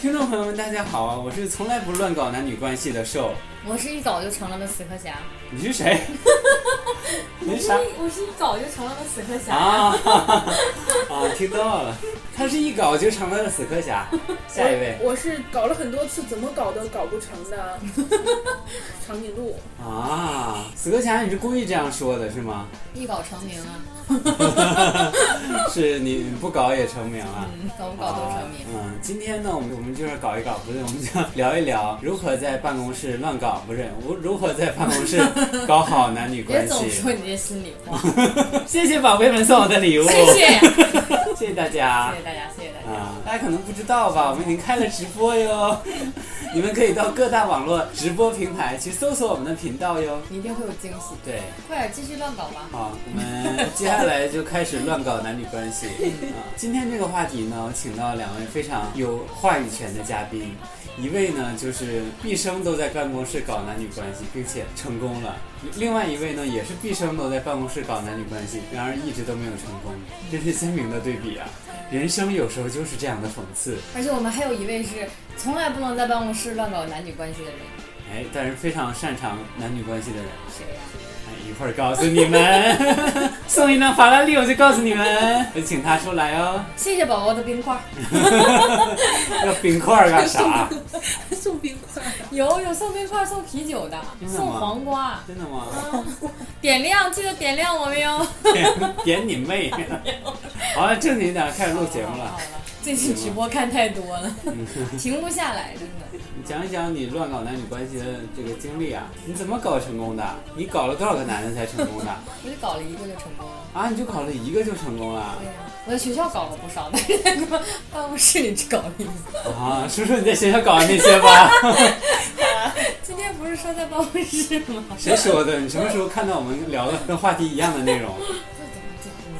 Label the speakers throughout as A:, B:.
A: 听众朋友们，大家好啊！我是从来不乱搞男女关系的瘦，
B: 我是一搞就成了个死磕侠，
A: 你是 谁？你是啥
B: 我是一搞就成了个死磕侠
A: 啊？啊，听到了，他是一搞就成了死磕侠。 下一位
C: 我是搞了很多次，怎么搞都搞不成 的长颈鹿。
A: 啊，死磕侠，你是故意这样说的是吗？
B: 一搞成名啊，
A: 是你不搞也成名啊？
B: 嗯，搞不搞都成名。
A: 啊。嗯，今天呢，我们我们就是搞一搞，不是，我 们就聊一聊如何在办公室乱搞，不是，我如何在办公室搞好男女
B: 别
A: 关
B: 总
A: 系。
B: 说你这心里 话，
A: 谢谢宝贝们送我的礼物，
B: 谢 谢，谢谢
A: 谢谢大家。
B: 大家，谢谢大家。
A: 啊，大家可能不知道吧，我们已经开了直播哟， 你们可以到各大网络直播平台去搜索我们的频道哟。
B: 一定会有惊喜，
A: 对，
B: 快点继续乱搞吧。
A: 好，我们接下来就开始乱搞男女关系。啊，今天这个话题呢，我请到两位非常有话语权的嘉宾，一位呢就是毕生都在办公室搞男女关系，并且成功了；另外一位呢也是毕生都在办公室搞男女关系，然而一直都没有成功，真是鲜明的对比啊！人生有时候就是这样的讽刺。
B: 而且我们还有一位是从来不能在办公室乱搞男女关系的人，
A: 哎，但是非常擅长男女关系的人，
B: 谁呀、
A: 哎一会儿告诉你们， 送一辆法拉利我就告诉你们，哎请他出来哦。
B: 谢谢宝宝的冰块儿，
A: 要冰块儿干啥？
C: 送冰块儿，
B: 有有送冰块儿、送啤酒的、
A: 真的吗
B: 送黄瓜，
A: 真的吗？
B: 点亮，记得点亮我们哟。
A: 点你妹！好了，正经点儿，开始录节目
B: 好
A: 了。嗯
B: 了，最近直播看太多 了，停不下来，真的。
A: 你讲一讲你乱搞男女关系的这个经历啊？你怎么搞成功的？你搞了多少个男的才成功的？
B: 我就搞了一个就成功了。
A: 啊，你就搞了一个就成功了
B: 对呀、我在学校搞了不少，但是在什么办公室里只搞了一个。
A: 啊？说说你在学校搞的那些吧。
B: 今天不是说在办公室吗？
A: 谁说的？你什么时候看到我们聊的跟话题一样的内容？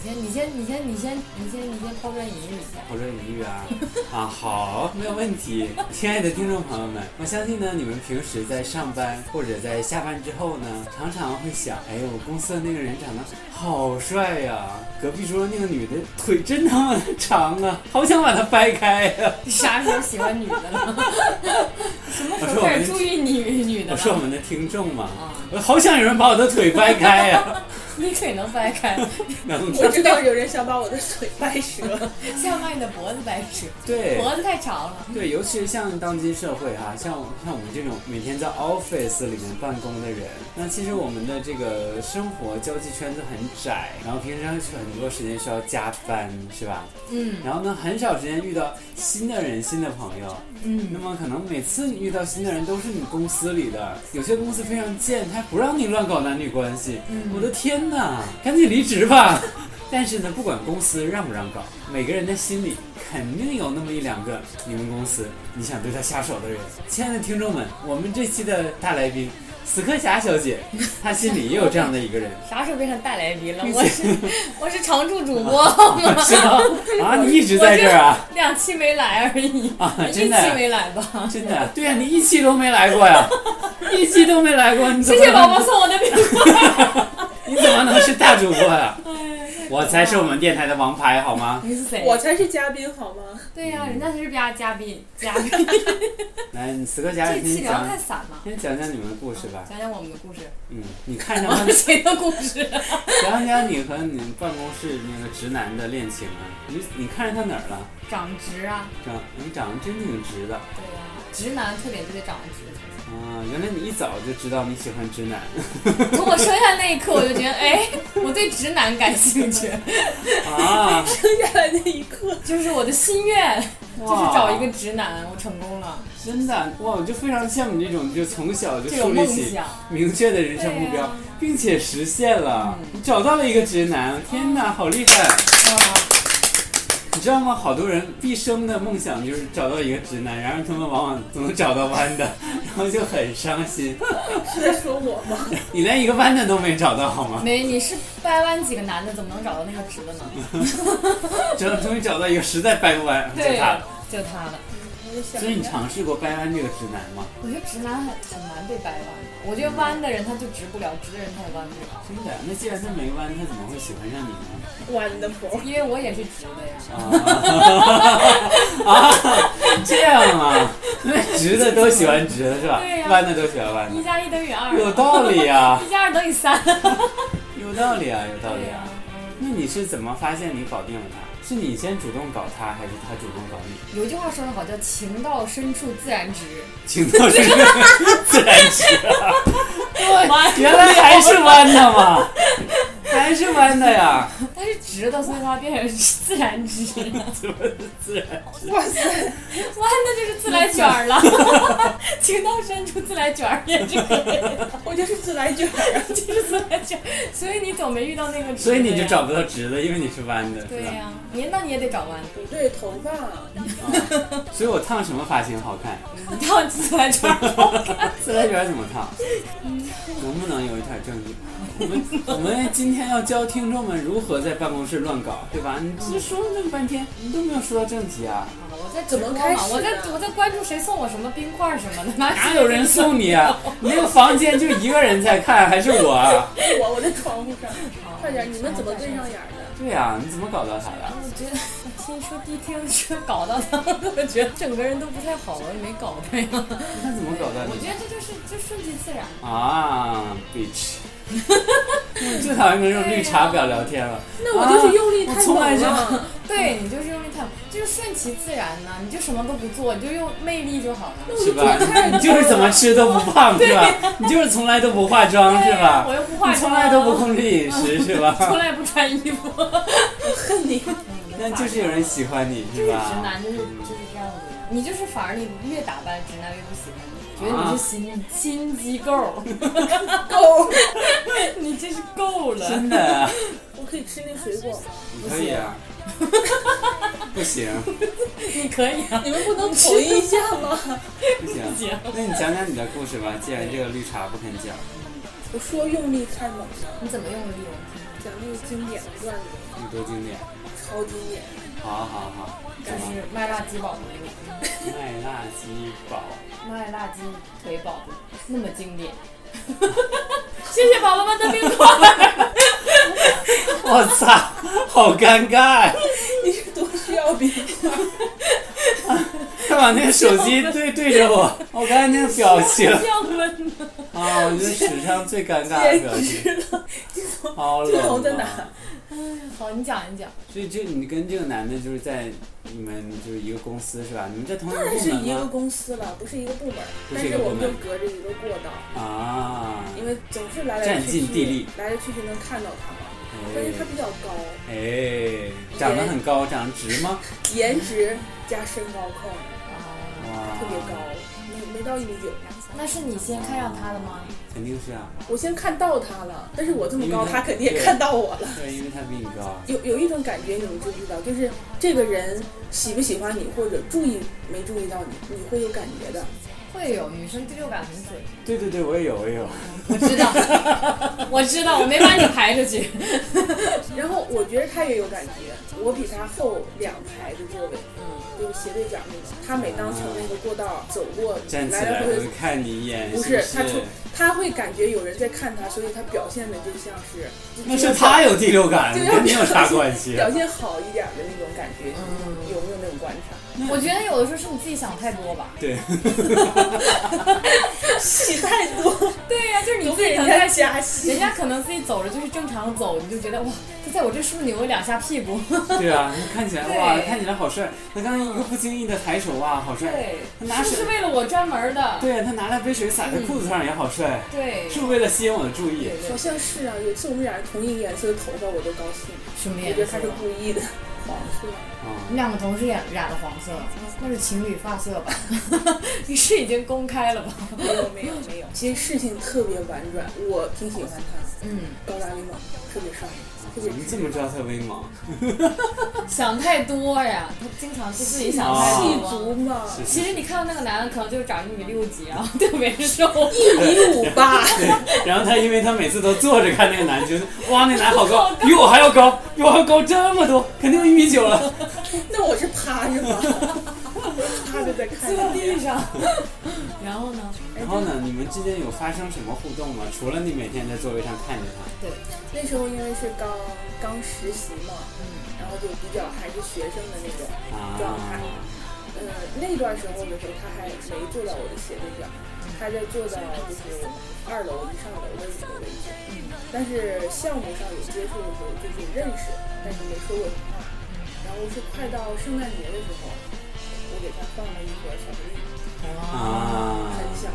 B: 你先，你先，你先，你先，你先，你先抛砖引玉一下。
A: 我说你语啊，啊好，没有问题。亲爱的听众朋友们， 我相信呢，你们平时在上班或者在下班之后呢，常常会想，哎呦，公司的那个人长得好帅呀、隔壁桌那个女的腿真他妈的长啊， 好想把她掰开啊呀、
B: 你啥时候喜欢女的了？ 什么时
A: 我说
B: 候
A: 我
B: 开
A: 们
B: 始注意女女的
A: 我是我
B: 了？
A: 们的听众嘛，
B: 啊，
A: 我好想有人把我的腿掰开啊呀、
B: 你腿能掰开，
A: 能
C: 我知道有人想把我的腿掰 折。
B: 想把你的脖子掰折，
A: 对。
B: 脖子太长了。
A: 对，尤其是像当今社会哈、像像我们这种每天在 office 里面办公的人，那其实我们的这个生活交际圈子很窄，然后平时很多时间需要加班，是吧？
B: 嗯
A: 然后呢，很少时间遇到新的人、新的朋友。那
B: 嗯，
A: 么可能每次你遇到新的人都是你公司里的，有些公司非常贱，他不让你乱搞男女关系。
B: 嗯
A: 我的天哪，赶紧离职吧！ 但是呢，不管公司让不让搞，每个人的心里肯定有那么一两个你们公司你想对他下手的人。亲爱的听众们，我们这期的大来宾死磕侠小姐，她心里也有这样的一个人，
B: 啥时候变成大来宾了？
A: 并
B: 我
A: 且
B: 是我是常驻主播好吗？
A: 是吗？啊，你一直在这儿啊？
B: 两期没来而已，
A: 啊，
B: 一期
A: 真的呀，
B: 没来吧？
A: 真的呀，对啊呀、你一期都没来过呀， 一期都没来过，你怎
B: 谢
A: 么
B: 谢
A: 能
B: 宝宝送我的冰
A: 你怎么能是大主播 呀、
B: 哎
A: 我才是我们电台的王牌，好吗？
B: 你是谁？
C: 我才是嘉宾好吗？
B: 对呀、人家才是嘉嘉 宾，嗯嘉宾。
A: 来，你死磕侠，
B: 这
A: 你
B: 期
A: 先
B: 聊得
A: 讲
B: 太，散了，
A: 先讲讲你们的故事 吧。
B: 讲讲我们的故事，
A: 嗯，你看
B: 我
A: 上
B: 们谁的故事？
A: 讲讲你和你们办公室那个直男的恋情啊？你你看上他哪儿了？
B: 长直啊，
A: 长你长得真挺直的
B: 对呀、直男特点就得长直。
A: 啊！原来你一早就知道你喜欢直 男
B: 从我生下那一刻，我就觉得， 哎，我对直男感兴趣，
A: 啊！
C: 生下来那一刻，
B: 就是我的心愿，
A: 就
B: 就是找一个直男，我成功了，
A: 真的哇！我就非常羡慕这种就从小就
B: 这
A: 树
B: 种
A: 立
B: 梦
A: 起
B: 想。
A: 明确的人生目标，并且实现了。
B: 嗯
A: 你找到了一个直男，天哪，好厉害！
B: 嗯
A: 你知道吗？好多人毕生的梦想就是找到一个直男，然而他们往往总找到弯的， 然后就很伤心。
C: 是在说我 吗？
A: 你连一个弯的都没找到，好
B: 嗯
A: 吗？
B: 没，你是掰弯几个男的，怎么能找到那个直的呢？
A: 终终于找到一个实在掰不弯，就
B: 对
A: 他了。，
B: 就他了。
C: 我就想
A: 所以你尝试过掰弯这个直男吗？
B: 我觉得直男很很难被掰弯的，我觉得弯的人他就直不了，直的人他也弯不了。
A: 真的？那既然他没弯，他怎么会喜欢上你 呢？
C: wonderful，
B: 因为我也是直的呀，
A: 啊这样啊？直的都喜欢直的是吧？
B: 对呀
A: 弯的都喜欢弯的
B: 一，加一等于二，
A: 有道理啊，
B: 一加二等于三，
A: 有道理啊，有道
B: 对
A: 理
B: 呀
A: 啊。那你是怎么发现你搞定了他？是你先主动搞他，还是他主动搞你？
B: 有一句话说得好，叫情到深处自然直。
A: 请到这个自然直啊！
B: 弯
A: 原来还是弯的嘛， 还是弯的呀？
B: 它是直的，所以它变成自然 直。弯
A: 怎么是自然直？
C: 哇塞，
B: 的就是自来卷儿了， 情到深处自来卷儿也是可以的，
C: 我就是自来卷儿，
B: 就是自来卷儿。所以你总没遇到那个直的呀，
A: 所以你就找不到直的，因为你是弯的，
B: 对
A: 是吧？
B: 呀、你那你也得找弯的，
C: 不对，头发啊，
A: 所以我烫什么发型好看？
B: 你到自来 卷儿。
A: 自来卷儿怎么烫？
B: 嗯
A: 能不能有一点正经？我们我们今天要教听众们如何在办公室乱搞，对吧？你这说了这么半天，你都没有说到正题啊！
B: 啊我在
C: 怎么
B: 直播
C: 开
B: 嘛
C: 始
B: 我在
C: 的
B: 我在关注谁送我什么冰块儿什么的， 哪
A: 哪有人送你啊？你那个房间就一个人在看，还是我啊？
C: 我我在窗户上，
B: 啊
C: 快点，你们怎么对上？眼儿的？
A: 对呀、你怎么搞到他的？
B: 我觉得听说第一听说搞到他，我觉得整个人都不太好了，没搞他呀。
A: 他怎么搞到
B: 我
A: 你
B: 觉得这就是就顺其自然。
A: 的？啊，bitch！就讨厌跟这种绿茶婊聊天了。
C: 那我就是用力
A: 啊
C: 太
A: 我从来
C: 猛
A: 就
C: 了。
B: 对你就是用力探，就是顺其自然呐、你就什么都不做，你就用魅力就好了。
A: 是吧？你 就是怎么吃都不胖，是吧？你就是从来都不化妆，是
B: 对呀
A: 吧？
B: 我又不化
A: 你
B: 妆，
A: 从来都不，控制饮 食，是
B: 从
A: 吧？
B: 来不穿衣服，
C: 恨你，
A: 那就是有人喜欢你，
B: 就是是
A: 吧？嗯
B: 直男，就是就是这样子。你就是反而你越打扮，直男越不喜欢你，觉得你
A: 啊
B: 是心、心机够，
C: 够！
B: 你真是够了。
A: 真的，啊
C: 我可以吃那水果吗，
A: 你可以啊。不行
B: 你可以啊，
C: 你们不能统一一下吗？
A: 不
B: 不
A: 行，
B: 行。
A: 那你讲讲你的故事吧。既然这个绿茶不肯讲，
C: 我说用力太猛了，
B: 你怎么用力？
C: 讲那个经典的段子，
A: 你多经典。
C: 超经典。
A: 好好好，
B: 就
A: 干嘛？
B: 是卖辣鸡煲的那
A: 麦辣鸡煲，
B: 个，卖辣鸡腿堡的，那么经 典。谢谢宝宝们的冰块。
A: 我操，好尴尬呀！
C: 你是多需要冰块？
A: 他把那个手机对对着我，我刚才那个表情。
B: 降温呢？
A: 啊，我觉得史上最尴尬的
C: 简
A: 表情，
C: 直了！镜头
A: 好冷、
C: 镜
A: 啊。
C: 头在哪？
B: 好，你讲一讲。
A: 所以这你跟这个男的就是在你们就是一个公司是吧？你们在同一个
C: 但
A: 部
C: 是
A: 门
C: 一个
A: 吗？
C: 公司了，不是一个部门，
A: 不
C: 但
A: 是一
C: 是
A: 个
C: 我
A: 部
C: 们就
A: 门
C: 隔着一个过道，
A: 啊，
C: 因为总是来来去
A: 占尽地利
C: 去，来来去去能看到他嘛。但是他比较高，
A: 哎，哎，长得很高，长得直吗？
C: 颜值加身高控
B: 啊，
A: 哇，
C: 特别高，没没到一米九。
B: 那是你先看上他的吗？
A: 肯定是啊，
C: 我先看到他了，但是我这么高，
A: 因为他
C: 他肯定也看到我了。
A: 对，因为他比你高。啊
C: 有有一种感觉，你们知不知道？就是这个人喜不喜欢你，或者注意没注意到你，你会有感觉的。
B: 会有女生第六感很准，
A: 对对对，我也有，我也有。
B: 我知 道，我知道，我没把你排出去。
C: 然后我觉得他也有感觉，我比他后两排的座位，
B: 嗯，
C: 就是斜对角那种。他每当从那个过道走过，
A: 站起
C: 来来
A: 来
C: 回
A: 我
C: 回
A: 就，看你一眼，
C: 不
A: 是
C: 是他出，他会感觉有人在看他，所以他表现的就像是，
A: 那是他有第六感，
C: 就
A: 跟你有啥关系？啊
C: 表现好一点的那种感觉。
B: 嗯
C: 有没有那种观察？
B: 我觉得有的时候是你自己想太多吧。
A: 对，
C: 戏太多，
B: 对呀、就是你自
C: 给
B: 己可能
C: 人
B: 在
C: 家加戏。
B: 人家可能自己走着就是正常走，你就觉得哇，他在我这是不是扭了两下屁股？
A: 对啊，你看起来
B: 对
A: 哇，看起来好帅。他刚刚一个不经意的抬手哇，好帅。
B: 对，
A: 他拿
B: 是不是
A: 水，
B: 为了我专门的？
A: 对他拿了杯水洒在裤子上也好帅，
B: 对，
A: 是为了吸引我的注意
B: 对。对
C: 好像是啊，有一次我们俩同一颜色的头发，我都高兴，
B: 什么
C: 我
B: 颜
C: 觉得
B: 色
C: 他？是故意的，黄色。
B: 你
A: 啊，
B: 两个同时染染的黄色，那是情侣发色吧？ 你是已经公开了吧？
C: 没有没有没有，其实事情特别婉转，我挺喜欢他，
B: 嗯，
C: 高大威猛，特别帅，特别
A: 你怎么知道他威猛？
B: 想太多呀，他经常是自己想太
A: 啊
C: 细
B: 多。
C: 足嘛，
A: 是
B: 其实你看到那个男的，可能就是长一米六几，然后 特别瘦，
C: 一米五八，
A: 然后他因为他每次都坐着看那个男，觉得哇那男好 高，比我还要高，比我还要高这么多，肯定有一米九了。
C: 那我是趴着吗？我趴着在看
B: 坐
C: 你，
B: 地上。 然后呢？
A: 然后呢，你们之间有发生什么互动吗？除了你每天在座位上看着他，
C: 那时候因为是刚刚实习嘛，
B: 嗯，
C: 然后就比较还是学生的那种，
A: 啊
C: 状态，呃，那段时候的时候，他还没坐到我的斜对角，他是坐到就是二楼一上楼的一个位置。
A: 嗯
C: 但是项目上有接触的时候，就是认识，但是没说过什么话。
A: 嗯
C: 然后是快到圣诞节的时候，我给他放了一盒巧克力，
A: 啊，
C: 很小，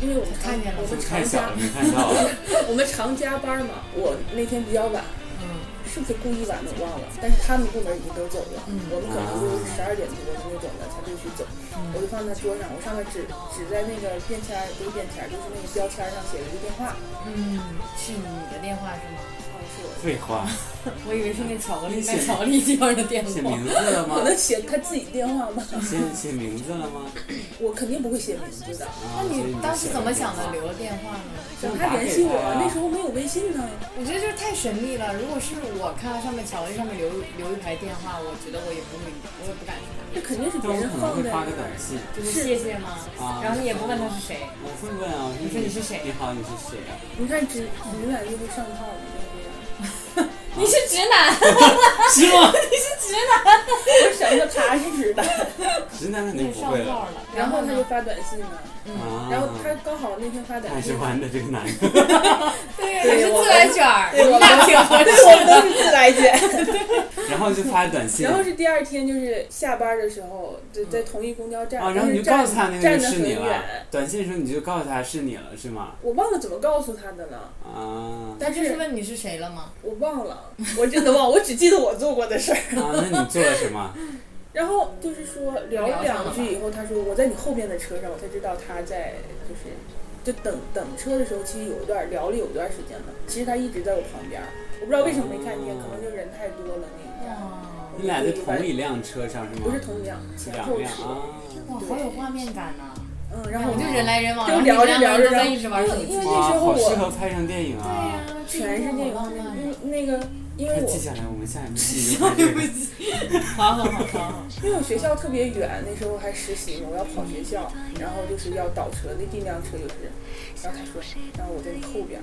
C: 因为我们常
B: 看见了
C: 我们
A: 太
C: 常
A: 小
C: 加
A: 了，没看到。
C: 我们常加班嘛。我那天比较晚，
B: 嗯，
C: 是不是故意晚的忘了，但是他们部门已经都走了，
B: 嗯
C: 我们可能就是十二点多的那种的才陆续走。
A: 嗯
C: 我就放在桌上，我上面指指在那个便签儿，不是便签儿，就是那个标签儿上写了一个电话，
B: 嗯，是你的电话是吗？
C: 哦，是我的。
A: 废 话，
B: 我以为是那巧克
A: 你
B: 力
A: 写
B: 卖巧克力地方的电
A: 写
B: 话。
A: 名字了
C: 可
A: 吗？
C: 能写他自己电话吧，
A: 写写名字了吗？
C: 我肯定不会写名字的。
A: 啊
B: 那你当时怎么想的？
A: 所以
B: 留了电话呢？
A: 你写了个
C: 等
A: 电话
C: 他联系我
A: 就打给他呀
C: 那时候没有微信呢。
B: 我觉得就是太神秘了。如果是我看到上面巧克力上面留留一排电话，我觉得我也不会，我也不敢说，
C: 这肯定是别
A: 但我
C: 人
A: 可能
C: 放
A: 会
C: 在
A: 发个
C: 那
A: 短
C: 儿。
A: 信，
B: 就是谢谢嘛。
A: 啊
B: 然后你也不问他是谁，
A: 我会问啊，我
B: 你说你是谁
A: 你好，你是谁啊？
C: 你看直直男就会上套的 那
B: 你是直男，
A: 是
C: 啊
A: 吗？
C: 个呀。为什么他是直男？
A: 直男肯定
B: 你
A: 不
B: 上
A: 会了。
B: 号了。
C: 然后他就
B: 呢？嗯
C: 发短信了，
A: 啊，
C: 然后他刚好那天发短
A: 还是
C: 信，
A: 玩的这个男 的，
B: 对，
C: 对
B: 还是
C: 我
B: 自来卷儿，
C: 对我
A: 嗯
B: 我们俩挺合
C: 对，我
B: 适
C: 们
B: 的。
C: 都是自 来卷。
A: 然后就发短信
C: 然，后是第二天，就是下班的时候，在在同一公交站，
A: 啊，然后你就
C: 但
A: 告
C: 是
A: 诉他那个
C: 站站得
A: 是
C: 很
A: 你了
C: 远，，
A: 短信的时候你就告诉他是你了，是吗？
C: 我忘了怎么告诉他的了，
A: 啊，
C: 但
B: 就是
C: 是
B: 问你是谁了吗？
C: 我忘了，我真的忘了，我只记得我做过的事儿。
A: 啊，那你做了什么？
C: 然后就是说聊
B: 聊上了
C: 两句以后，他说我在你后边的车上，我才知道他在就是就等等车的时候，其实有一段聊了有一段时间了。其实他一直在我旁边，我不知道为什么没看见，
A: 哦
C: 可能就人太多了那一站。
B: 哇，
A: 你俩在同一辆车上是吗？
C: 不是同一辆，前
A: 两
C: 后
A: 辆
C: 车。
A: 啊，
B: 好有画面感呐！
C: 嗯，然后
B: 我就人来人往，
C: 就
B: 然后你们
C: 聊着
B: 两个
C: 聊着，
B: 人都
C: 然
B: 在
C: 后
B: 一直玩手
C: 因
B: 机
C: 为。
A: 哇，
C: 那时候
A: 好适
C: 我
A: 合拍成电影啊！
C: 全是那
B: 那
C: 个
B: 浪漫的。
C: 那个，因为
A: 那
C: 我
A: 接下来我们下一 部戏就拍这个。
B: 好好好好好，
C: 因为我学校特别远，那时候还实习嘛，我要跑学校，然后就是要倒车，那第一辆车就是，然后他说，然后我在你后边，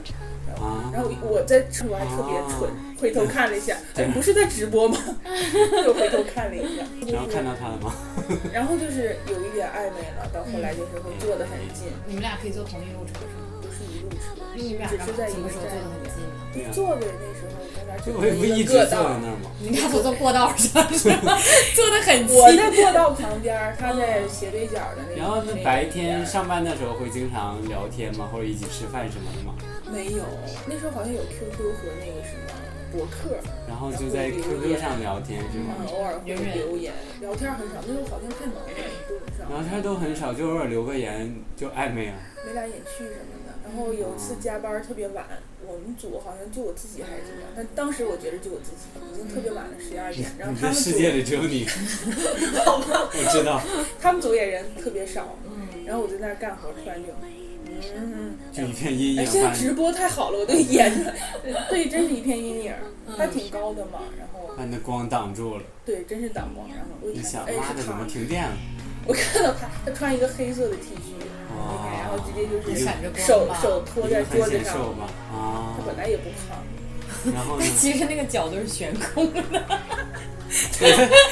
C: 然后
A: 啊
C: 然后我在车我还特别蠢，回头看了一下，哎，不是在直播吗？ 又回头看了一下，
A: 然后看到他了吗？
C: 然后就是有一点暧昧了，到后来就是会坐得很近，
B: 你们俩可以坐同一路车是吗？
A: 嗯
C: 不是一路车，
B: 那你们俩
C: 只
B: 干
C: 是
B: 嘛
C: 在一
B: 什么
C: 个
B: 时候坐得很近呢？
A: 对呀
C: 座位那时候中间
A: 这
C: 就
A: 不不一
C: 一
A: 直
C: 个
A: 坐
C: 个
A: 在
C: 道
A: 那。儿吗？
B: 你们俩都坐过道 上是吗？坐得很近。
C: 我在过道旁边，他在斜对角的那个。
A: 然后
C: 那
A: 那
C: 个
A: 白
C: 边
A: 天上班的时候会经常聊天吗？或者一起吃饭什么的吗？
C: 没有，那时候好像有 QQ 和那个什么博客，
A: 然后就在 QQ 上聊天是吗？
C: 嗯，偶尔会留言，聊天很少，那时候好像太忙了，也顾不上，
A: 聊天都很少，就偶尔留个言就暧昧了。啊
C: 眉来眼去什么的。然后有一次加班特别晚，我们组好像就我自己还是怎么样，但当时我觉得就我自己已经特别晚了，十二点。然后
A: 你
C: 他
A: 这
C: 们
A: 世
C: 组
A: 界里只有 你，我知道，
C: 他们组也人特别少，然后我在那儿干活，突然就，嗯，
A: 就一片阴
C: 哎，
A: 影。
C: 现在
A: 把你
C: 直播太好了，我都掩 着，对，真是一片阴影，
A: 嗯
C: 他挺高的嘛，然后
A: 把你的光挡住了，
C: 对，真是挡光，然后我一
A: 你
C: 看
A: 想，
C: 哎，
A: 妈的
C: 是
A: 怎
C: 他
A: 么。停电了？
C: 我看到他，他穿一个黑色的 T 恤，
A: 哦
C: 然后直接就
A: 一
C: 是
A: 个
B: 闪着光
C: 手
B: 吧
C: 手托
A: 你
C: 在
A: 就
C: 桌
A: 很
C: 子
A: 显
C: 上
A: 瘦。吧？
C: 他
A: 啊，
C: 本来也不 胖，
A: 然后呢？
B: 其实那个脚都是悬空的，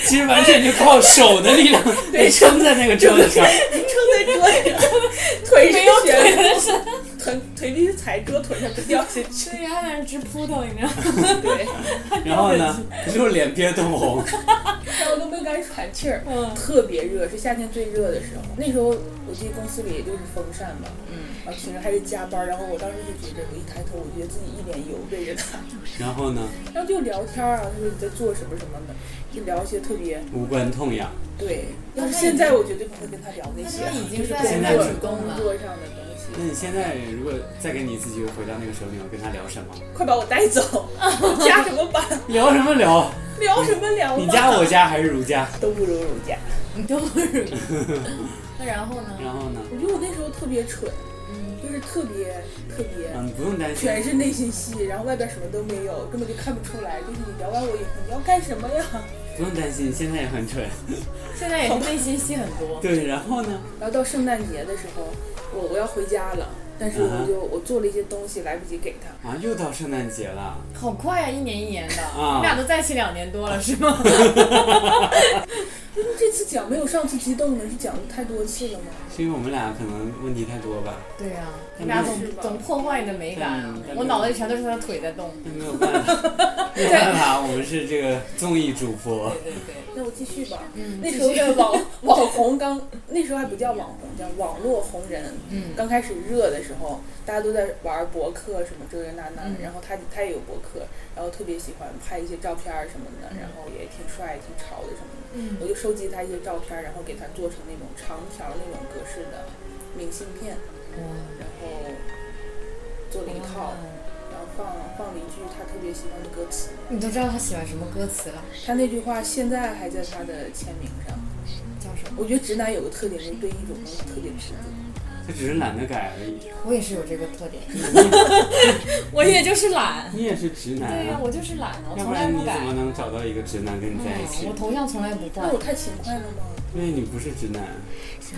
A: 其实完全就靠手的 力量来撑在那个桌子上。
C: 撑在桌子上， 腿
B: 没有
C: 是
B: 腿
C: 悬
B: 的是，
C: 的，臀腿必须踩桌，腿才不掉下去。
B: 对，还在那直扑腾，你知道吗？
C: 对，
A: 然后呢， 就脸憋通红。
C: 然后都没敢喘气儿，
B: 嗯
C: 特别热，是夏天最热的时候。那时候我记得公司里也就是风扇吧，
B: 嗯，
C: 然后平时还得加班儿，然后我当时就觉得，我一抬头，我觉得自己一脸油对着他，
A: 然后呢，
C: 然后就聊天儿啊，他说你在做什么什么的，就聊一些特别
A: 无关痛痒。
C: 对，要是现在我绝对不会跟他聊那些，
B: 那他已经
C: 就是
B: 在
C: 工作
A: 主
B: 动了
C: 工作上的东
A: 那
C: 西。
A: 你现在如果再给你自己回到那个时候，你会跟他聊什么？
C: 快把我带 走，加什么班？
A: 聊什么聊？
C: 聊什么聊吧？
A: 你家我家还是儒家？
C: 都不如儒家。
B: 你都是。那然后呢？
A: 然后呢？
C: 我觉得我那时候特别蠢，
B: 嗯，
C: 就是特别特别，
A: 嗯，你不用担心。
C: 全是内心戏，然后外边什么都没有，根本就看不出来。就是你聊完我以后，你要干什么呀？
A: 不用担心，现在也很蠢。
B: 现在也是内心戏很多。
A: 对，然后呢？
C: 然后到圣诞节的时候，我我要回家了，但是我就我做了一些东西来不及给他。
A: 啊，又到圣诞节了，
B: 好快啊，一年一年的，
A: 啊
B: 你俩都在一起两年多了是吗？
C: 因为这次讲没有上次激动呢，是讲的太多次了吗？
A: 是因为我们俩可能问题太多吧？
B: 对 呀、啊，
A: 他
B: 你
A: 没
B: 俩
A: 有
B: 总
C: 是吧
B: 总破坏你的美感啊
A: 对！
B: 我脑袋里全都是他的腿在动。
A: 那没有办 法，没有办法，我们是这个综艺主播
B: 对。对对，
C: 那我继续吧。
B: 嗯，
C: 那时候的网 网红刚，那时候还不叫网红，叫网络红人。
B: 嗯
C: 刚开始热的时候，大家都在玩博客什么这个那那
B: 嗯
C: 的，然后他他也有博客，然后特别喜欢拍一些照片儿什么的，然后也挺帅、挺潮的什么的。
B: 嗯
C: 我就收集他一些照片儿，然后给他做成那种长条那种格式的明信片，
B: 哇，
C: 然后做了一套，
B: 哦
C: 然后放放了一句他特别喜欢的歌词。
B: 你都知道他喜欢什么歌词了？
C: 他那句话现在还在他的签名上。
B: 叫什么？
C: 我觉得直男有个特点，就是对一种东西特别执着。
A: 他只是懒得改而已。
B: 我也是有这个特点， 我也就是懒。
A: 你也是直男
B: 对
A: 啊，
B: 呀、我就是懒啊，我
A: 要
B: 从
A: 不
B: 来
A: 然你
B: 不改
A: 怎。么能找到一个直男跟你在一
B: 嗯，
A: 起
B: 我？头像从来不换
C: 那我。太勤快了吗？
A: 因为你不是直男，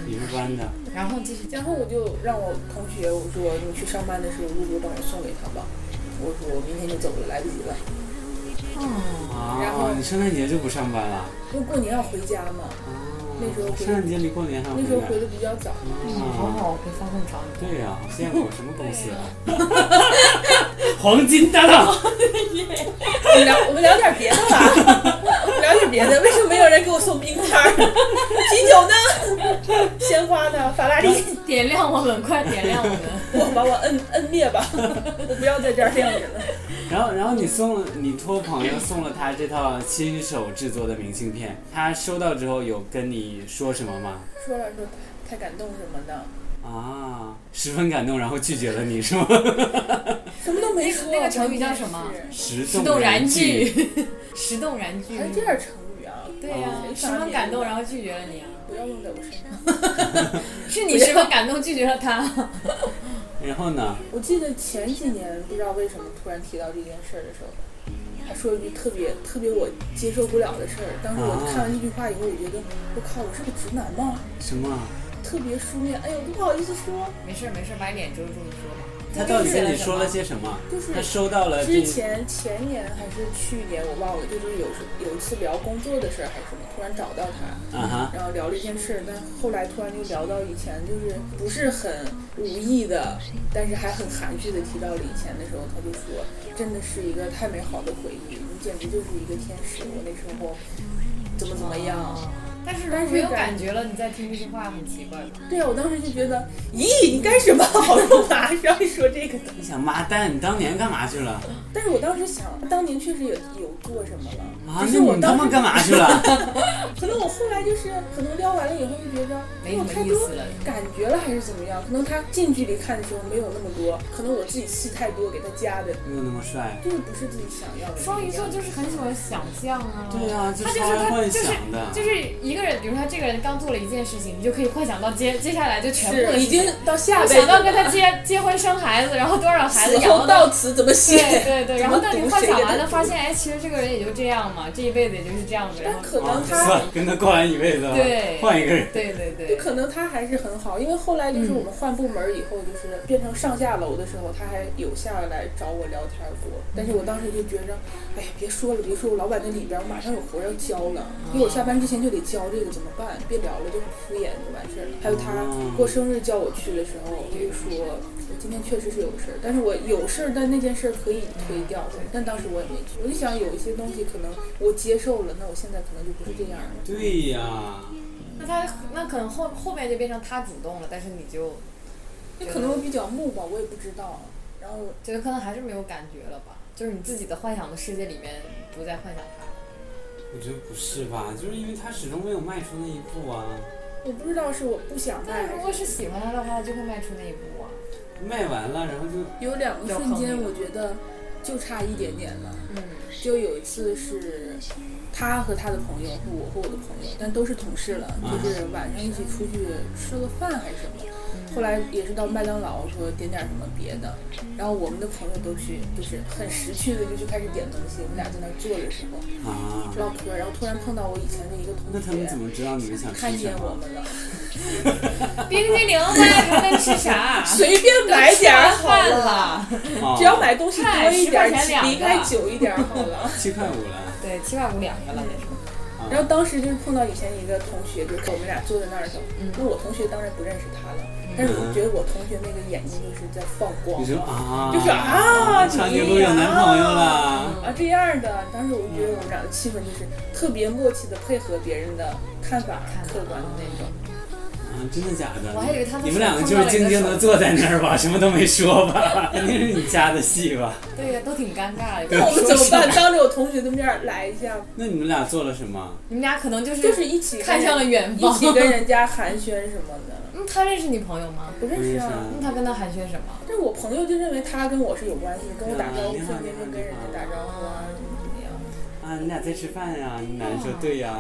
A: 你是弯的。
B: 然后继续
C: 然后我就让我同学我说你去上班的时候路过帮我送给他吧。我说我明天就走了，来不及了，
B: 哦，
C: 然后
A: 哦，你圣诞节就不上班了？
C: 因为过年要回家嘛。那时候
A: 哦，
C: 回
A: 圣诞节离过年还有
C: 那时候
A: 很
C: 回
A: 远。
C: 的比较早，
B: 好
A: 啊，
B: 好回发送厂。
A: 对呀，现在我什么公司啊？ 黄金搭档，
C: 我们聊我们聊点别的吧， 我们聊点别的。为什么没有人给我送冰摊儿？啤酒呢？鲜花呢？法拉利？
B: 点亮我们，快点亮 我们！
C: 我把我摁摁灭吧，我不要在这儿晾着了。
A: 然后，然后你送了，你托朋友送了他这套亲手制作的明信片，他收到之后有跟你说什么吗？
C: 说了说太感动什么的，
A: 啊，十分感动，然后拒绝了你是 吗？
C: 什么都没说。
B: 那个成语叫什么
C: 关键是
A: 石
B: 石
A: 动
B: 动
A: 燃
B: 燃
A: 具，
B: 具， 石动燃具
C: 还。有这点成语啊！
B: 对呀、
A: 哦
B: 十分感动，然后拒绝了你啊？
C: 不要用在我身上。
B: 是你十分感动拒绝了他。
A: 然后呢？
C: 我记得前几年不知道为什么突然提到这件事儿的时候，他说一句特别特别我接受不了的事儿。当时我看完这句话以后，我觉得我靠，我是个直男吗？
A: 什么啊？
C: 特别书面，哎呦，都不好意思说。
B: 没事没事，把脸遮住你说吧。
A: 他到底跟你说了些什么？
C: 就是
A: 他收到了哎这
C: 之前前年还是去年我忘了，就是有时有一次聊工作的事儿还是什么，突然找到他，
A: 啊哈，
C: 然后聊这件事儿，但后来突然就聊到以前，就是不是很无意的，但是还很含蓄的提到了以前的时候，他就说，真的是一个太美好的回忆，你简直就是一个天使。我那时候怎么怎么样？
B: 但是如果没有感觉了，你再听这句话很奇怪吧？
C: 对啊，我当时就觉得，咦，你干什么？好肉麻，然后说这个的。
A: 你想妈蛋，你当年干嘛去了？
C: 但是我当时想，当年确实也有做什么了，
A: 啊，
C: 只
A: 那
C: 是我
A: 你他
C: 当
A: 妈
C: 时
A: 干嘛去了？
C: 可能我后来就是，可能撩完了以后就觉得
B: 没
C: 有
B: 什
C: 太
B: 么意
C: 多
B: 思了。
C: 感觉了还是怎么样？可能他近距离看的时候没有那么多，可能我自己戏太多给他加的，
A: 没有那么帅。
C: 就是不是自己想要的。
B: 双鱼座就是很喜欢想象啊。
A: 对啊，
B: 他
A: 就
B: 就
A: 超
B: 是
A: 爱
B: 他
A: 幻
B: 就是
A: 想的。
B: 就是一个人，比如说他这个人刚做了一件事情，你就可以幻想到接接下来就全部的
C: 是
B: 事
C: 已
B: 情
C: 经到下
B: 我
C: 辈
B: 想
C: 子
B: 到跟
C: 了，
B: 他结结婚生孩子，然后多少孩子
C: 死
B: 养
C: 后
B: 到。
C: 到此怎么写？
B: 对对对，然后当
C: 怎么
B: 你
C: 读
B: 幻想
C: 谁
B: 完
C: 给他
B: 了，
C: 读
B: 发现哎，其实这个人也就这样嘛，这一辈子也就是这样子。然后
C: 但可
A: 啊
C: 能，
A: 算
C: 他，
A: 了，跟他过完一辈子了，
B: 对
A: 换一个人。
B: 对对
C: 就
B: 对，
C: 可能他还是很好，因为后来就是
B: 嗯
C: 我们换部门以后，就是变成上下楼的时候，他还有下来找我聊天过。但是我当时就觉着，哎呀，别说了，别说了，我老板那里边儿马上有活儿要交
B: 啊
C: 了，因为我下班之前就得交这个，怎么办？别聊了，就是敷衍就完事儿了。还有
B: 啊
C: 他
A: 哦
C: 过生日叫我去的时候，他就说我今天确实是有事儿，但是我有事儿，但那件事儿可以
B: 嗯
C: 推掉，但当时我也没去。我就想有一些东西可能我接受了，那我现在可能就不是这样了。
A: 对呀、
B: 那他那可能后后面就变成他主动了，但是你就
C: 那可能我比较木吧，我也不知道。啊然后
B: 觉得可能还是没有感觉了吧，就是你自己的幻想的世界里面不再幻想他。
A: 我觉得不是吧？就是因为他始终没有迈出那一步啊，
C: 我不知道是我不想
B: 但
C: 卖
B: 是如
C: 还
B: 果
C: 是。
B: 是喜欢他的话，就会迈出那一步啊。
A: 迈完了，然后就
C: 有两个瞬间，我觉得就差一点点了。
B: 嗯
C: 就有一次是他和他的朋友，和我和我的朋友，但都是同事了，
A: 嗯
C: 就是晚上一起出去吃了个饭还是什么。后来也是到麦当劳说点点什么别的，然后我们的朋友都去，就是很识趣的就去开始点东西。我们俩在那儿坐的时候
A: 啊，
C: 唠嗑，然后突然碰到我以前的一个同
A: 那
C: 学，
A: 他们怎么知道你们想
C: 看
A: 吃啊
C: 见
A: 什
C: 我
A: 么？
C: 们了？
B: 冰激凌大家还能吃 啥？
C: 随 便买点儿
B: 吃
C: 好
B: 完 饭
C: 了。
B: 了，
A: 哦
C: 只要买东西多一
B: 看10
C: 点
B: 块钱两
C: 儿，
B: 个
C: 离开久一点儿好了。
A: 七块五了，
B: 对，七块五两个了那是。
A: 啊
C: 然后当时就是碰到以前一个同学，就是我们俩坐在那儿的时候，那我同学当然不认识他了，
B: 嗯
C: 但是我觉得我同学那个眼睛就是在放光
A: 你，说啊，
C: 就是啊，
A: 长颈
C: 你
A: 鹿有男朋友
C: 啊
A: 了，
C: 啊这样
B: 嗯
C: 的。当时我就觉得我们俩的气氛就是特别默契的配合别人的看法、客观的那 种。
A: 啊，真的假的？
B: 我还以为他们
A: 你们两个就是静静的坐在那儿吧，什么都没说吧，肯定是你家的戏吧？
B: 对呀，都挺尴尬
A: 对
B: 的。
C: 那我们怎么办？当着我同学的面儿来一下，
A: 那你们俩做了什么？
B: 你们俩可能就是
C: 就是一起
B: 看向了远
C: 一
B: 方。
C: 起跟人家寒暄什么的，
B: 嗯，他认识你朋友吗？
C: 不认识啊。
B: 那他跟他寒暄什么？
C: 但是我朋友就认为他跟我是有关系，跟我打招呼，瞬间就跟人家打招呼啊，怎么怎么样。
A: 啊，你俩在吃饭呀、你男人说对呀、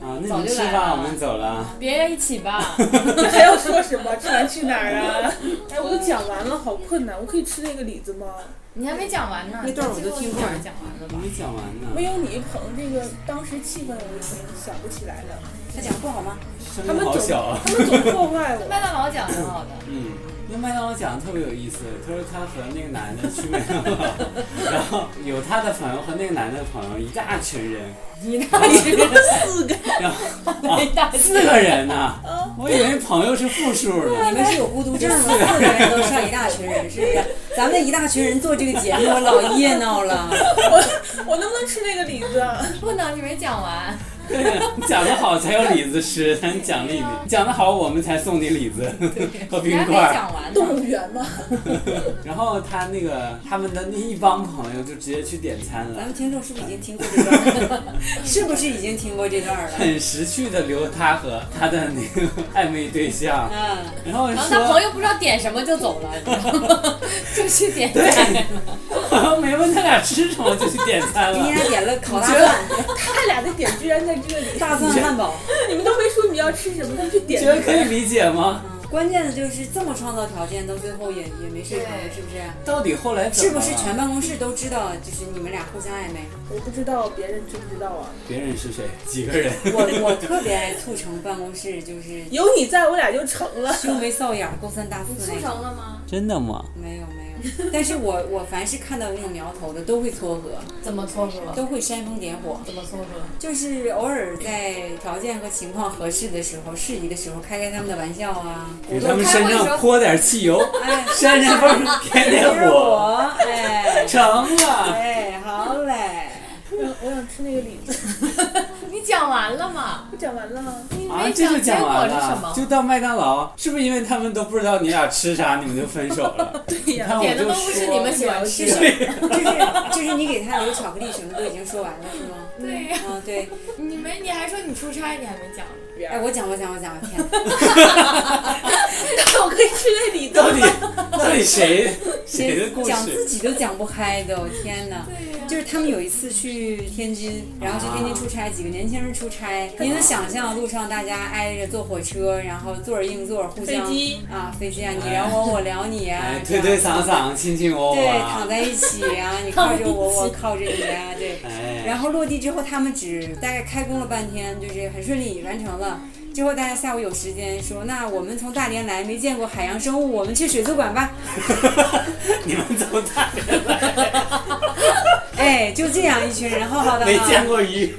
A: 啊，那
B: 早
A: 你
B: 就
A: 吃
B: 来
A: 吧，
B: 了
A: 我们走了。
B: 别人一起 吧。
C: 那 还要说什么？吃完去哪儿 啊？哎，我都讲完了，好困难。我可以吃那个李子吗？
B: 你还没讲完呢，
D: 那段我就听过了
B: 讲完了
A: 还
B: 吧？
A: 没讲完呢，
C: 没有你捧这个，当时气氛我已经想不起来了。
D: 他讲不好吗？
A: 声
C: 他
A: 音
C: 们
A: 好
C: 总
A: 小啊。
C: 他们总破坏我。
B: 麦当劳讲挺好的，
A: 嗯，那麦当劳讲的特别有意思，他说他和那个男的去麦当劳，然后有 他的朋友和那个男的朋友一大群人，
B: 你那是
C: 四 个，
A: 然后啊
B: 没大
A: 四个人呢、我以为朋友是复数
D: 你
A: 呢。
D: 们是有孤独症吗？四个人都上一大群人，是不是？咱们一大群人做这个节目，老热闹了。
C: 我能不能吃那个李子啊？
B: 不能，你没讲完。
A: 对呀，你讲的好才有李子吃，才能奖励你；讲的好，我们才送你李子 和
B: 你
A: 冰
B: 还没
A: 块儿。
B: 讲完呢，
C: 动物园吗？
A: 然后他那个他们的那一帮朋友就直接去点餐
D: 咱
A: 了，
D: 们听众是不是已经听过这段了？是不是已经听过这段了？
A: 很识趣的留他和他的那个暧昧对象，
D: 嗯，
A: 然后
B: 然后他
A: 说
B: 朋友不知道点什么就走了，你知道吗？就去点
A: 对
B: 菜了。，
A: 好像没问他俩吃什么就去点餐
D: 今
A: 了。
D: 天点了烤大蒜、
C: 他俩的点居然在这里，
D: 大蒜汉堡。
C: 你们都没说你们要吃什么，他们去点
A: 觉。得 可以理解吗？
D: 嗯关键的就是这么创造条件，到最后也也没睡成，
B: 对
D: 是不是？
A: 到底后来怎
D: 是
A: 么
D: 不
A: 了
D: 是全办公室都知道，就是你们俩互相暧昧？
C: 我不知道别人知不知道啊？
A: 别人是谁？几个人？
D: 我我特别爱促成办公室 就是
C: 有你在我俩就成了。
D: 修眉扫眼、勾三搭四那种。
B: 了吗？
A: 真的吗？
D: 没有没有，但是我我凡是看到有那种苗头的，都会撮合，
B: 怎么撮合？
D: 都会煽风点火。
B: 怎么撮合？
D: 就是偶尔在条件和情况合适的时候、适宜的时候，开开他们的玩笑啊。
A: 给他们身上泼点汽油，
D: 哎，
A: 扇扇风， 点
D: 别
A: 点火，
D: 是我，哎
A: 成了。
D: 哎，好嘞。
C: 我想我想吃那个李子。
B: 你讲完了吗？
C: 我讲完了，
B: 你
A: 啊，
B: 没
A: 这就
B: 结
A: 讲
B: 果
A: 完
B: 是什
A: 了，
B: 么？
A: 就到麦当劳，是不是因为他们都不知道你俩吃啥，你们就分手了？
C: 对呀
A: 你看我
B: 点的
A: 就
B: 都不是你
A: 说，
B: 们喜欢吃
D: 就
B: 的。
D: 是就是就是你给他留巧克力什么都已经说完了是吗？
B: 对呀
D: 嗯，对，
B: 你没，你还说你出差，你还没讲呢。
D: 哎，我讲我讲我讲，我天，
C: 我可以吃那李子。
A: 到底到底谁谁的故
D: 讲自
A: 事？哎
D: 己都讲不嗨的，我天哪！就是他们有一次去天津，然后去天津出差，几个年轻人出差，你能想象路上大家挨着坐火车，然后坐着硬座，互相
C: 飞机
D: 啊飞机啊，你聊我我聊你啊
A: 哎，，
D: 这
A: 推
D: 样
A: 推搡搡，亲亲我我
D: 对，躺
A: 啊，
D: 在一起 啊，你靠着我，我靠着你啊，对。
A: 哎，
D: 然后落地之后，他们只大概开工了半天，就是很顺利完成了。之后大家下午有时间说，那我们从大连来没见过海洋生物，我们去水族馆吧。
A: 你们怎么大人了，
D: 哎，就这样一群人浩浩荡
A: 没
D: 荡，
A: 见过鱼？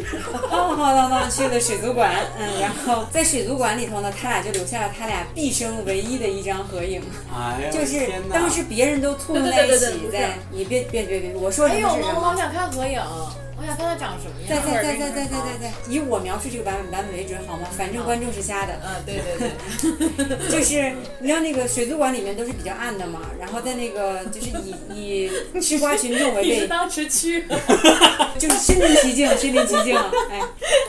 D: 浩浩荡荡去了水族馆。嗯，然后在水族馆里头呢，他俩就留下了他俩毕生唯一的一张合影，
A: 哎呀，
D: 就是
A: 天哪
D: 当时别人都簇拥在一
C: 对对对对
D: 起
C: 对，对
D: 在你别别别别，我说什
B: 哎
D: 么
B: 呦，
D: 是什
B: 我好
D: 么。
B: 想看合影，我想看他长什么
D: 在
B: 样。
D: 在在在在在在在，以我描述这个版本版本为准好吗？反正观众是瞎的。
B: 嗯，对对对，
D: 就是你知道那个水族馆里面都是比较暗的嘛，然后在那个就是以以吃瓜群众为
B: 你是
D: 背，
B: 当时去
D: 就是身临其境，身临其境，哎，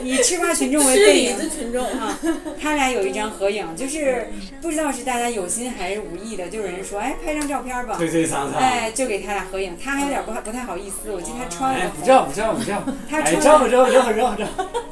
D: 以吃瓜群众为
C: 吃
D: 背
C: 李
D: 影
C: 子群众，
D: 啊，他俩有一张合影，就是不知道是大家有心还是无意的，就有人说哎拍张照片吧，
A: 推推搡搿。
D: 哎就给他俩合影，他还有点不不太好意思，我记得他穿
A: 哎
D: 了，
A: 不
D: 个
A: 照不照不照，
D: 他
A: 哎，
D: 穿
A: 照吧照吧照吧照吧照吧。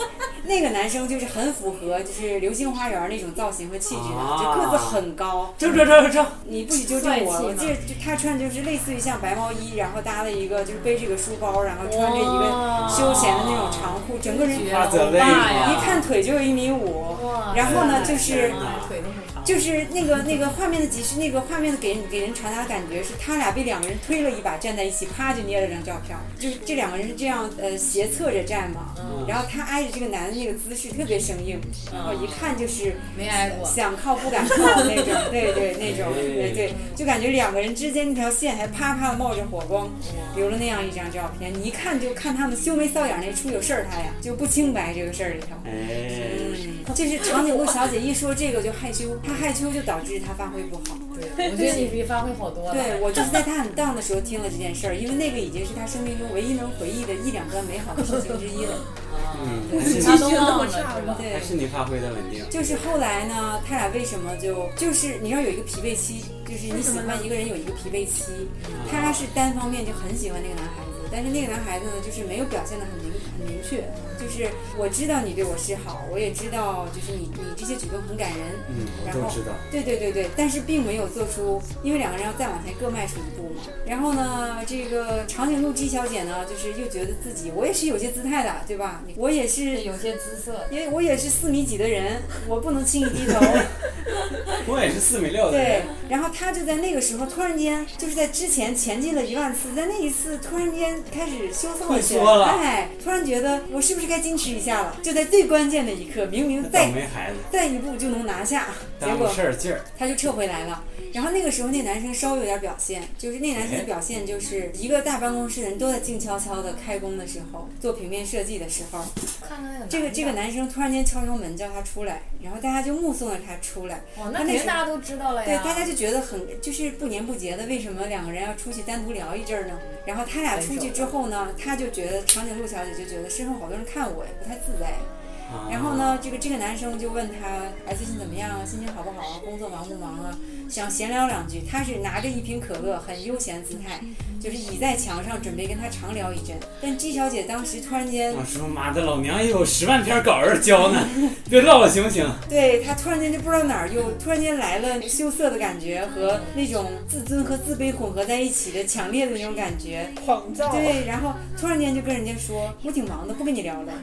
D: 那个男生就是很符合就是《流星花园》那种造型和气质的，
A: 啊
D: 就个子很高，
A: 照照照照，
D: 你不许纠正我，我记得就他穿的就是类似于像白毛衣，然后搭了一个就是背着个书包，然后 穿着一
B: 哦
D: 个休闲的那种长裤，整个人
B: 绝
D: 一
A: 花泽类
B: 大呀
A: 嘛
D: 看腿就有一米五，
B: 哇
D: 然后呢
B: 塞
D: 就是
B: 哇腿都很长，
D: 就是那个那个画面的集是那个画面的给人给人传达的感觉是他俩被两个人推了一把站在一起，啪就捏了张照片，就是这两个人是这样呃斜侧着站嘛，然后他挨着这个男的那个姿势特别生硬，
C: 嗯
D: 然
C: 啊
D: 后一看就是
B: 没挨过。
D: 想靠不敢靠那种，对对那种，对对，就感觉两个人之间那条线还啪啪的冒着火光，留了那样一张照片，你一看就看他们修眉搔痒那出有事儿他呀，就不清白这个事儿里头。
A: 哎，
D: 嗯，这是长颈鹿小姐一说这个就害羞，她害羞就导致她发挥不好。
B: 对，我觉得你比发挥好多了。啊
D: 对我就是在她很 down 的时候听了这件事儿，因为那个已经是她生命中唯一能回忆的一两段美好的事情之一了。
A: 嗯，
C: 哎
A: 还
B: 你
A: 是
B: 他
A: 你
B: 都忘了是吧？
D: 对
A: 还，是你发挥的稳定。啊
D: 就是后来呢，他俩为什么就就是你知道有一个疲惫期，就是你喜欢一个人有一个疲惫期，他是单方面就很喜欢那个男孩子，但是那个男孩子呢，就是没有表现的很明很明确，就是我知道你对我是好，我也知道就是你你这些举动很感人，
A: 嗯，我
D: 然
A: 都
D: 后
A: 知道。
D: 对对对对，但是并没有做出，因为两个人要再往前各迈出一步嘛。然后呢，这个长颈鹿 G 小姐呢，就是又觉得自己我也是有些姿态的，对吧？我也
A: 哎
D: 是
B: 有些姿色，
D: 因为我也是四米几的人，我不能轻易 低头。
A: 我也是四米六的
D: 对
A: 人，，
D: 然后他就在那个时候突然间，就是在之前前进了一万次，在那一次突然间开始羞涩起
A: 退缩了
D: 来，哎，突然觉得我是不是该矜持一下了？就在最关键的一刻，明明
A: 倒
D: 再
A: 霉孩子，
D: 再一步就能拿下，结
A: 耽误
D: 果
A: 事儿劲儿。
D: 他就撤回来了。然后那个时候，那男生稍微有点表现，就是那男生的表现就是一个大办公室人都在静悄悄的开工的时候，做平面设计的时候，
B: 看看那个
D: 这个这个男生突然间敲敲门叫他出来，然后大家就目送着他出来。
B: 哇，那肯定大家都知道了呀。
D: 对，大家就觉得很就是不年不节的，为什么两个人要出去单独聊一阵儿呢？然后他俩出去之后呢，他就觉得长颈鹿小姐就觉得身后好多人看我，也不太自在。
A: 啊
D: 然后？呢，这个这个男生就问他，哎，最近怎么样啊？心情好不好啊？工作忙不忙啊？想闲聊两句。他是拿着一瓶可乐，很悠闲姿态，就是倚在墙上准备跟他长聊一阵。但 G 小姐当时突然间
A: 我啊说妈的，老娘也有十万篇稿要交呢，别唠了行不啊行？
D: 对他突然间就不知道哪儿又突然间来了羞涩的感觉和那种自尊和自卑混合在一起的强烈的那种感觉。
C: 狂躁，
D: 对，然后突然间就跟人家说，我挺忙的，不跟你聊了，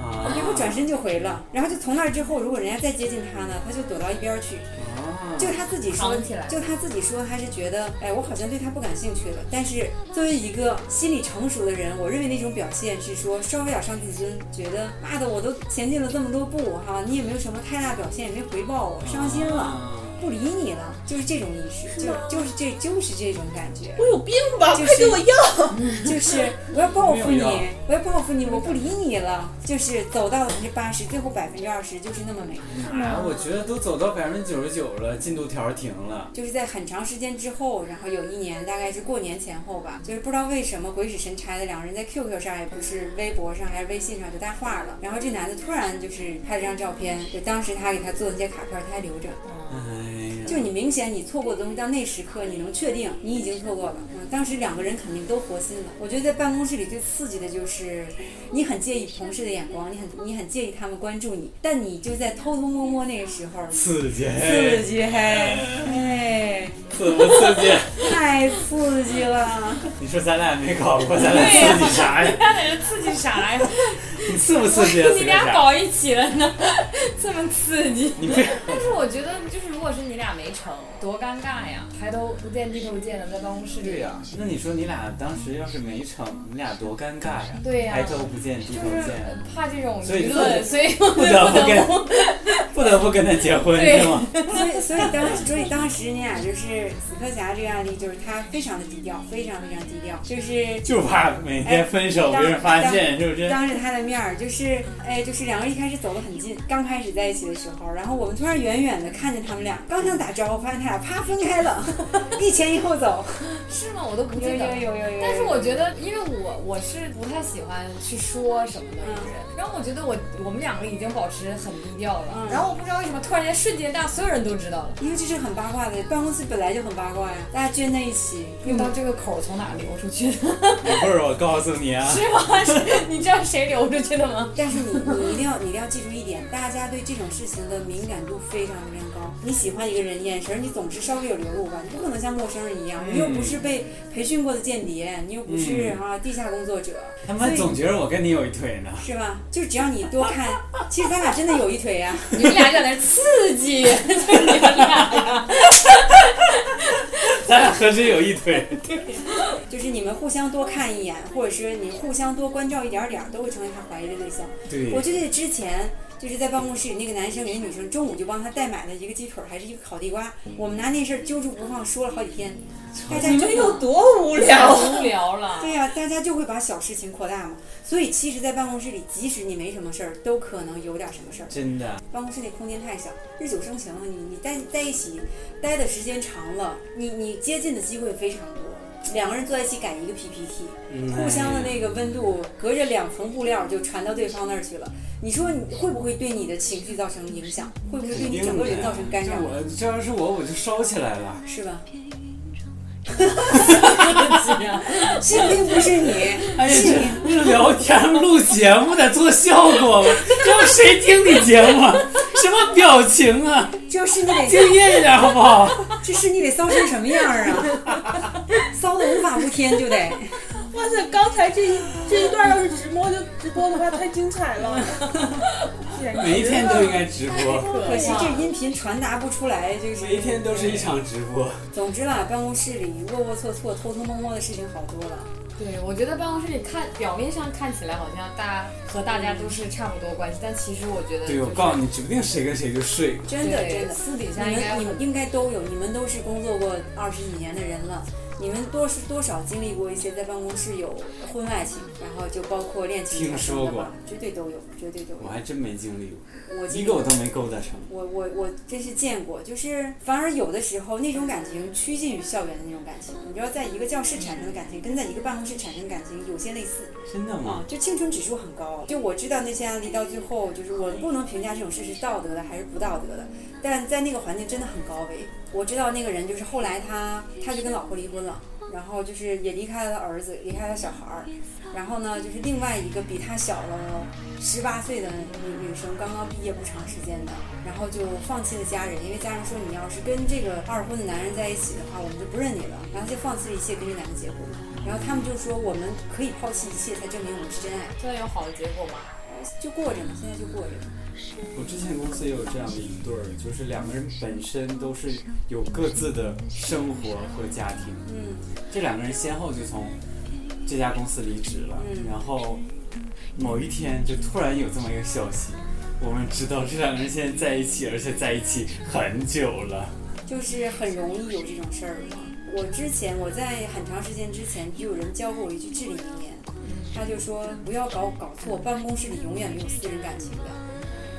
A: 啊，
D: 然后转身就回了。然后就从那之后，如果人家再接近他呢，他就躲到一边儿去。
A: 啊
D: 就他自己说
B: 藏起来，
D: 就他自己说，他是觉得，哎，我好像对他不感兴趣了。但是作为一个心理成熟的人，我认为那种表现是说稍微有点上自尊，觉得妈的，我都前进了这么多步哈，你也没有什么太大表现，也没回报我，伤心了，
A: 啊
D: 不理你了，就是这种意识，就就是这就是这种感觉，
C: 我有病吧？
D: 就是
C: 快给我药！
D: 就是我要报复
A: 没
D: 你
A: 有用，
D: 我要报复你，我不理你了，就是走到百分之八十，最后百分之二十就是那么美。
A: 啊，我觉得都走到百分之九十九了，进度条停了。
D: 就是在很长时间之后，然后有一年大概是过年前后吧，就是不知道为什么鬼使神差的，两个人在 QQ 上也不是微博上还是微信上就搭话了。然后这男的突然就是拍了张照片，就当时他给他做的那些卡片，他还留着。
A: 哎
D: 就
A: 呀，
D: 你明显你错过的东西，到那时刻你能确定你已经错过了。嗯，当时两个人肯定都活心了。我觉得在办公室里最刺激的就是，你很介意同事的眼光，你很你很介意他们关注你，但你就在偷偷摸摸那个时候，
A: 刺激，
D: 刺激嘿，哎。
A: 刺不刺激？
D: 太刺激了！
A: 你说咱俩没搞过，咱俩刺激啥呀？
B: 他在这刺激 啥呀？
A: 你刺不刺激啊？
B: 你
A: 随便
B: 俩
A: 啥？
B: 搞一起了呢， 这么刺激。
A: 你别
B: 但是我觉得，就是如果是你俩没成，多尴尬呀！抬头不见低头见的，在办公室里。
A: 对呀、那你说你俩当时要是没成，你俩多尴尬呀！
B: 对呀
A: 抬头不见低
B: 就
A: 头
B: 是
A: 见，
B: 怕这种
A: 所以
B: 舆论，所以我
A: 不得不跟
B: 不
A: 不得不跟他结婚
B: 对
A: 是吗？
D: 所以，所以当所以当时你俩就是死磕侠这个案例，就是他非常的低调，非常非常低调，就是
A: 就怕每天分手
D: 哎
A: 别人发现，是不是？
D: 当着他的面儿，就是哎，就是两个人一开始走得很近，刚开始在一起的时候，然后我们突然远远的看见他们俩，刚想打招呼，发现他俩啪分开了， 一前一后走，
B: 是吗？我都不
D: 有
B: 记
D: 有
B: 得。
D: 有有有，
B: 但是我觉得，因为我我是不太喜欢去说什么的人，然后我觉得我我们两个已经保持很低调了，
D: 嗯
B: 然后我不知道为什么突然间瞬间大家所有人都知道了，
D: 因为这是很八卦的，办公室本来就很八卦呀，大家圈在一起，
B: 不知道这个口儿从哪流出去的，
A: 一会儿我告诉你啊，
B: 是吗？是你知道谁流出去的吗？
D: 但是你你一定要你一定要记住一点，大家对这种事情的敏感度非常非常高。你喜欢一个人，眼神儿你总是稍微有流露吧，你不可能像陌生人一样，你又不是被培训过的间谍，你又不是啊地下工
C: 嗯
D: 作者，
A: 他妈总觉得我跟你有一腿呢。
D: 是吧？就只要你多看，其实咱俩真的有一腿啊呀、
B: 你们俩在那儿刺激，就是你们俩呀，
A: 咱俩何止有一腿？
D: 就是你们互相多看一眼，或者是你互相多关照一点点儿，都会成为他怀疑的对象。
A: 对
D: 我，记得之前就是在办公室，那个男生给那女生中午就帮他代买了一个鸡腿儿，还是一个烤地瓜，我们拿那事儿揪住不放，说了好几天。大家
C: 你
D: 就
C: 们有多无聊啊？
B: 无聊了。
D: 对呀、大家就会把小事情扩大嘛。所以其实，在办公室里，即使你没什么事儿，都可能有点什么事儿。
A: 真的，
D: 办公室那空间太小，日久生情，你你在在一起待的时间长了，你你接近的机会非常多。两个人坐在一起改一个 PPT，
A: 嗯
D: 互相的那个温度隔着两层布料就传到对方那儿去了。你说你会不会对你的情绪造成影响？会不会对
A: 肯
D: 你
A: 哎定
D: 整个人
A: 的
D: 造成干
A: 这
D: 扰？
A: 我这要是我，我就烧起来了。
D: 是 吧？是并不 是你，
A: 哎
D: 是
A: 呀
D: 你，
A: 这这聊天录节目得做效果吗？让谁听你节目？啊什么表情啊？
D: 就是你得
A: 敬业一点好不好？
D: 这是你得骚成什么样儿啊？ 骚的无法无天就得。
C: 哇塞，刚才这一这一段要是直播就直播的话，太精彩了。简直了
A: 每一天都应该直播，
D: 可惜这音频传达不出来，就是
A: 每一天都是一场直播。
D: 总之啦，办公室里窝窝错错、偷偷摸摸的事情好多了。
B: 对，我觉得办公室里看表面上看起来好像大家和大家都是差不多关系，但其实我觉得、就是，
A: 对，我告诉你，指不定谁跟谁就睡了。
D: 真的
B: 对
D: 真的，
B: 私底
D: 你
B: 下应该
D: 们你
B: 会
D: 们应该都有，你们都是工作过二十几年的人了，你们多是多少经历过一些在办公室有婚外情，然后就包括恋情
A: 听
D: 产生
A: 说
D: 的
A: 过
D: 吧，绝对都有，绝对都
A: 我
D: 有。
A: 还真没经历过，
D: 我
A: 一
D: 经历
A: 个我都没勾搭成。
D: 我我我真是见过，就是反而有的时候那种感情趋近于校园的那种感情，你知道，在一个教室产生的感情跟在一个办公室产生的感情有些类似
A: 真的
D: 啊
A: 吗，？
D: 就青春指数很高。就我知道那些案例到最后，就是我不能评价这种事是道德的还是不道德的，但在那个环境真的很高危。我知道那个人就是后来他他就跟老婆离婚了，然后就是也离开了他儿子，离开了小孩儿，然后呢就是另外一个比他小了十八岁的女女生，刚刚毕业不长时间的，然后就放弃了家人，因为家人说你要是跟这个二婚的男人在一起的话，我们就不认你了，然后就放弃了一切跟这男的结婚。然后他们就说我们可以抛弃一切才证明我们是真爱，
B: 真的有好的结果吗？
D: 就过着呢，现在就过着呢。
A: 我之前公司也有这样的一对儿，就是两个人本身都是有各自的生活和家庭，
D: 嗯，
A: 这两个人先后就从这家公司离职了，
D: 嗯
A: 然后某一天就突然有这么一个消息，我们知道这两个人现在在一起，而且在一起很久了。
D: 就是很容易有这种事儿嘛。我之前我在很长时间之前就有人教过我一句至理名言，他就说不要搞搞错，办公室里永远没有私人感情的。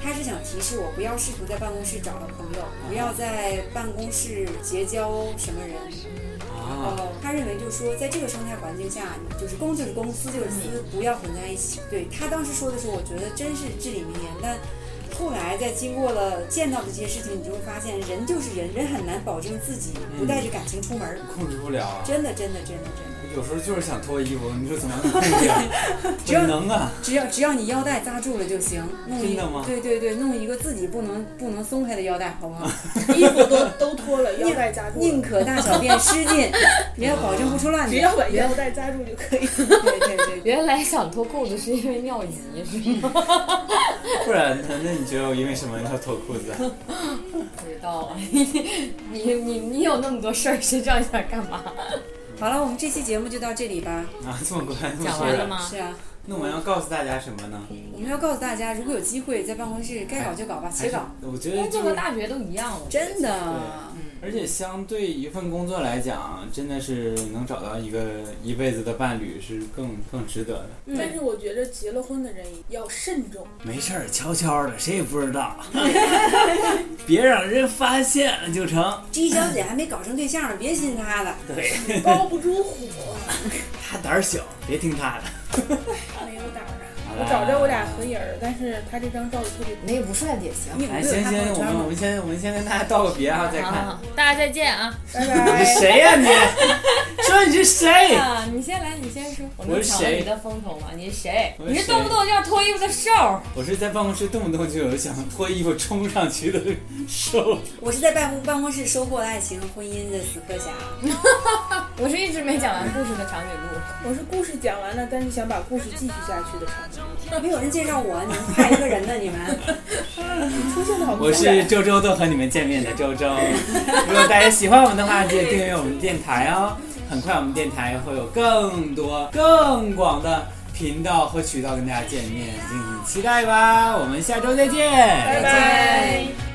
D: 他是想提示我不要试图在办公室找到朋友，不要在办公室结交什么人，
A: 啊，
D: 呃，他认为就是说，在这个生态环境下，你就是公就是公，私就是私，不要混在一起。对他当时说的时候，我觉得真是至理名言。但后来在经过了见到的这些事情，你就会发现，人就是人，人很难保证自己不带着感情出门儿。
A: 控制不了啊，
D: 真的，真的，真的，真的，
A: 有时候就是想脱衣服，你说怎么控制啊？
D: 只要
A: 本能啊，
D: 只要只要你腰带扎住了就行。弄一
A: 真的吗
D: 对对对，弄一个自己不能不能松开的腰带，好 不好？
C: 衣服都都脱了，腰带扎住了
D: 宁可大小便失 禁，也要保证不出乱子。
C: 只要把腰带扎住就可以。
D: 对对对对，
B: 原来想脱裤子是因为尿急，是吗？
A: 不然呢？那你觉得我因为什么要脱裤 子啊？
B: 不知道， 你你你有那么多事儿，谁知道你想干嘛？
D: 好了，我们这期节目就到这里吧。
A: 啊，这么快，这么
B: 讲
A: 突
B: 完了
A: 然。
B: 吗？
D: 是啊。
A: 那我们要告诉大家什么呢？
D: 我们要告诉大家，如果有机会在办公室该搞就搞吧，写稿，
A: 我觉得
B: 工
A: 就
B: 作和
A: 是，
B: 大学都一样，我觉得
D: 真的。
A: 而且相对一份工作来讲，真的是能找到一个一辈子的伴侣是更更值得的。
C: 嗯但是我觉得结了婚的人要慎 重，
A: 没事儿，悄悄的，谁也不知道， 别让人发现了就成。
D: G 小姐还没搞成对象呢，别信她了。
A: 对，
C: 包不住火，
A: 他胆儿小，别听他的。
C: 没有胆儿啊。
A: 好啦
C: 我找着我俩合影儿，但是他这张照的特 别
B: 那个不帅的也行。
D: 你有没
A: 来，
D: 有
A: 先
D: 看朋
A: 先
D: 友
A: 哎我
D: 圈
A: 们我
D: 吗？
A: 们先我们先跟大家道个别啊，再看。
B: 啊，大家再见啊！
C: 拜
A: 你
C: 拜
A: 是。谁 呀、你？说你是谁？
B: 啊，你先来，你先说。我
A: 我
B: 能
A: 是
B: 抢到
A: 谁
B: 你的风头吗？你是谁？
A: 我是
B: 你是
A: 谁
B: 动不动就要脱衣服的兽儿。
A: 我是在办公室动不动就有想脱衣服冲上去的手。
D: 我是在办公办公室收获了爱情和婚姻的死磕侠。
B: 我是一直没讲完故事的长颈鹿。
C: 我是故事讲完了，但是想把故事继续下去的程度。
D: 没有人介绍我，你们怕一个人呢？你们
C: 出现的好
A: 我是周周都和你们见面的周 周。如果大家喜欢我们的话，记得订阅我们电台哦。很快我们电台会有更多、更广的频道和渠道跟大家见面，敬请期待吧。我们下周再见，
C: 拜拜。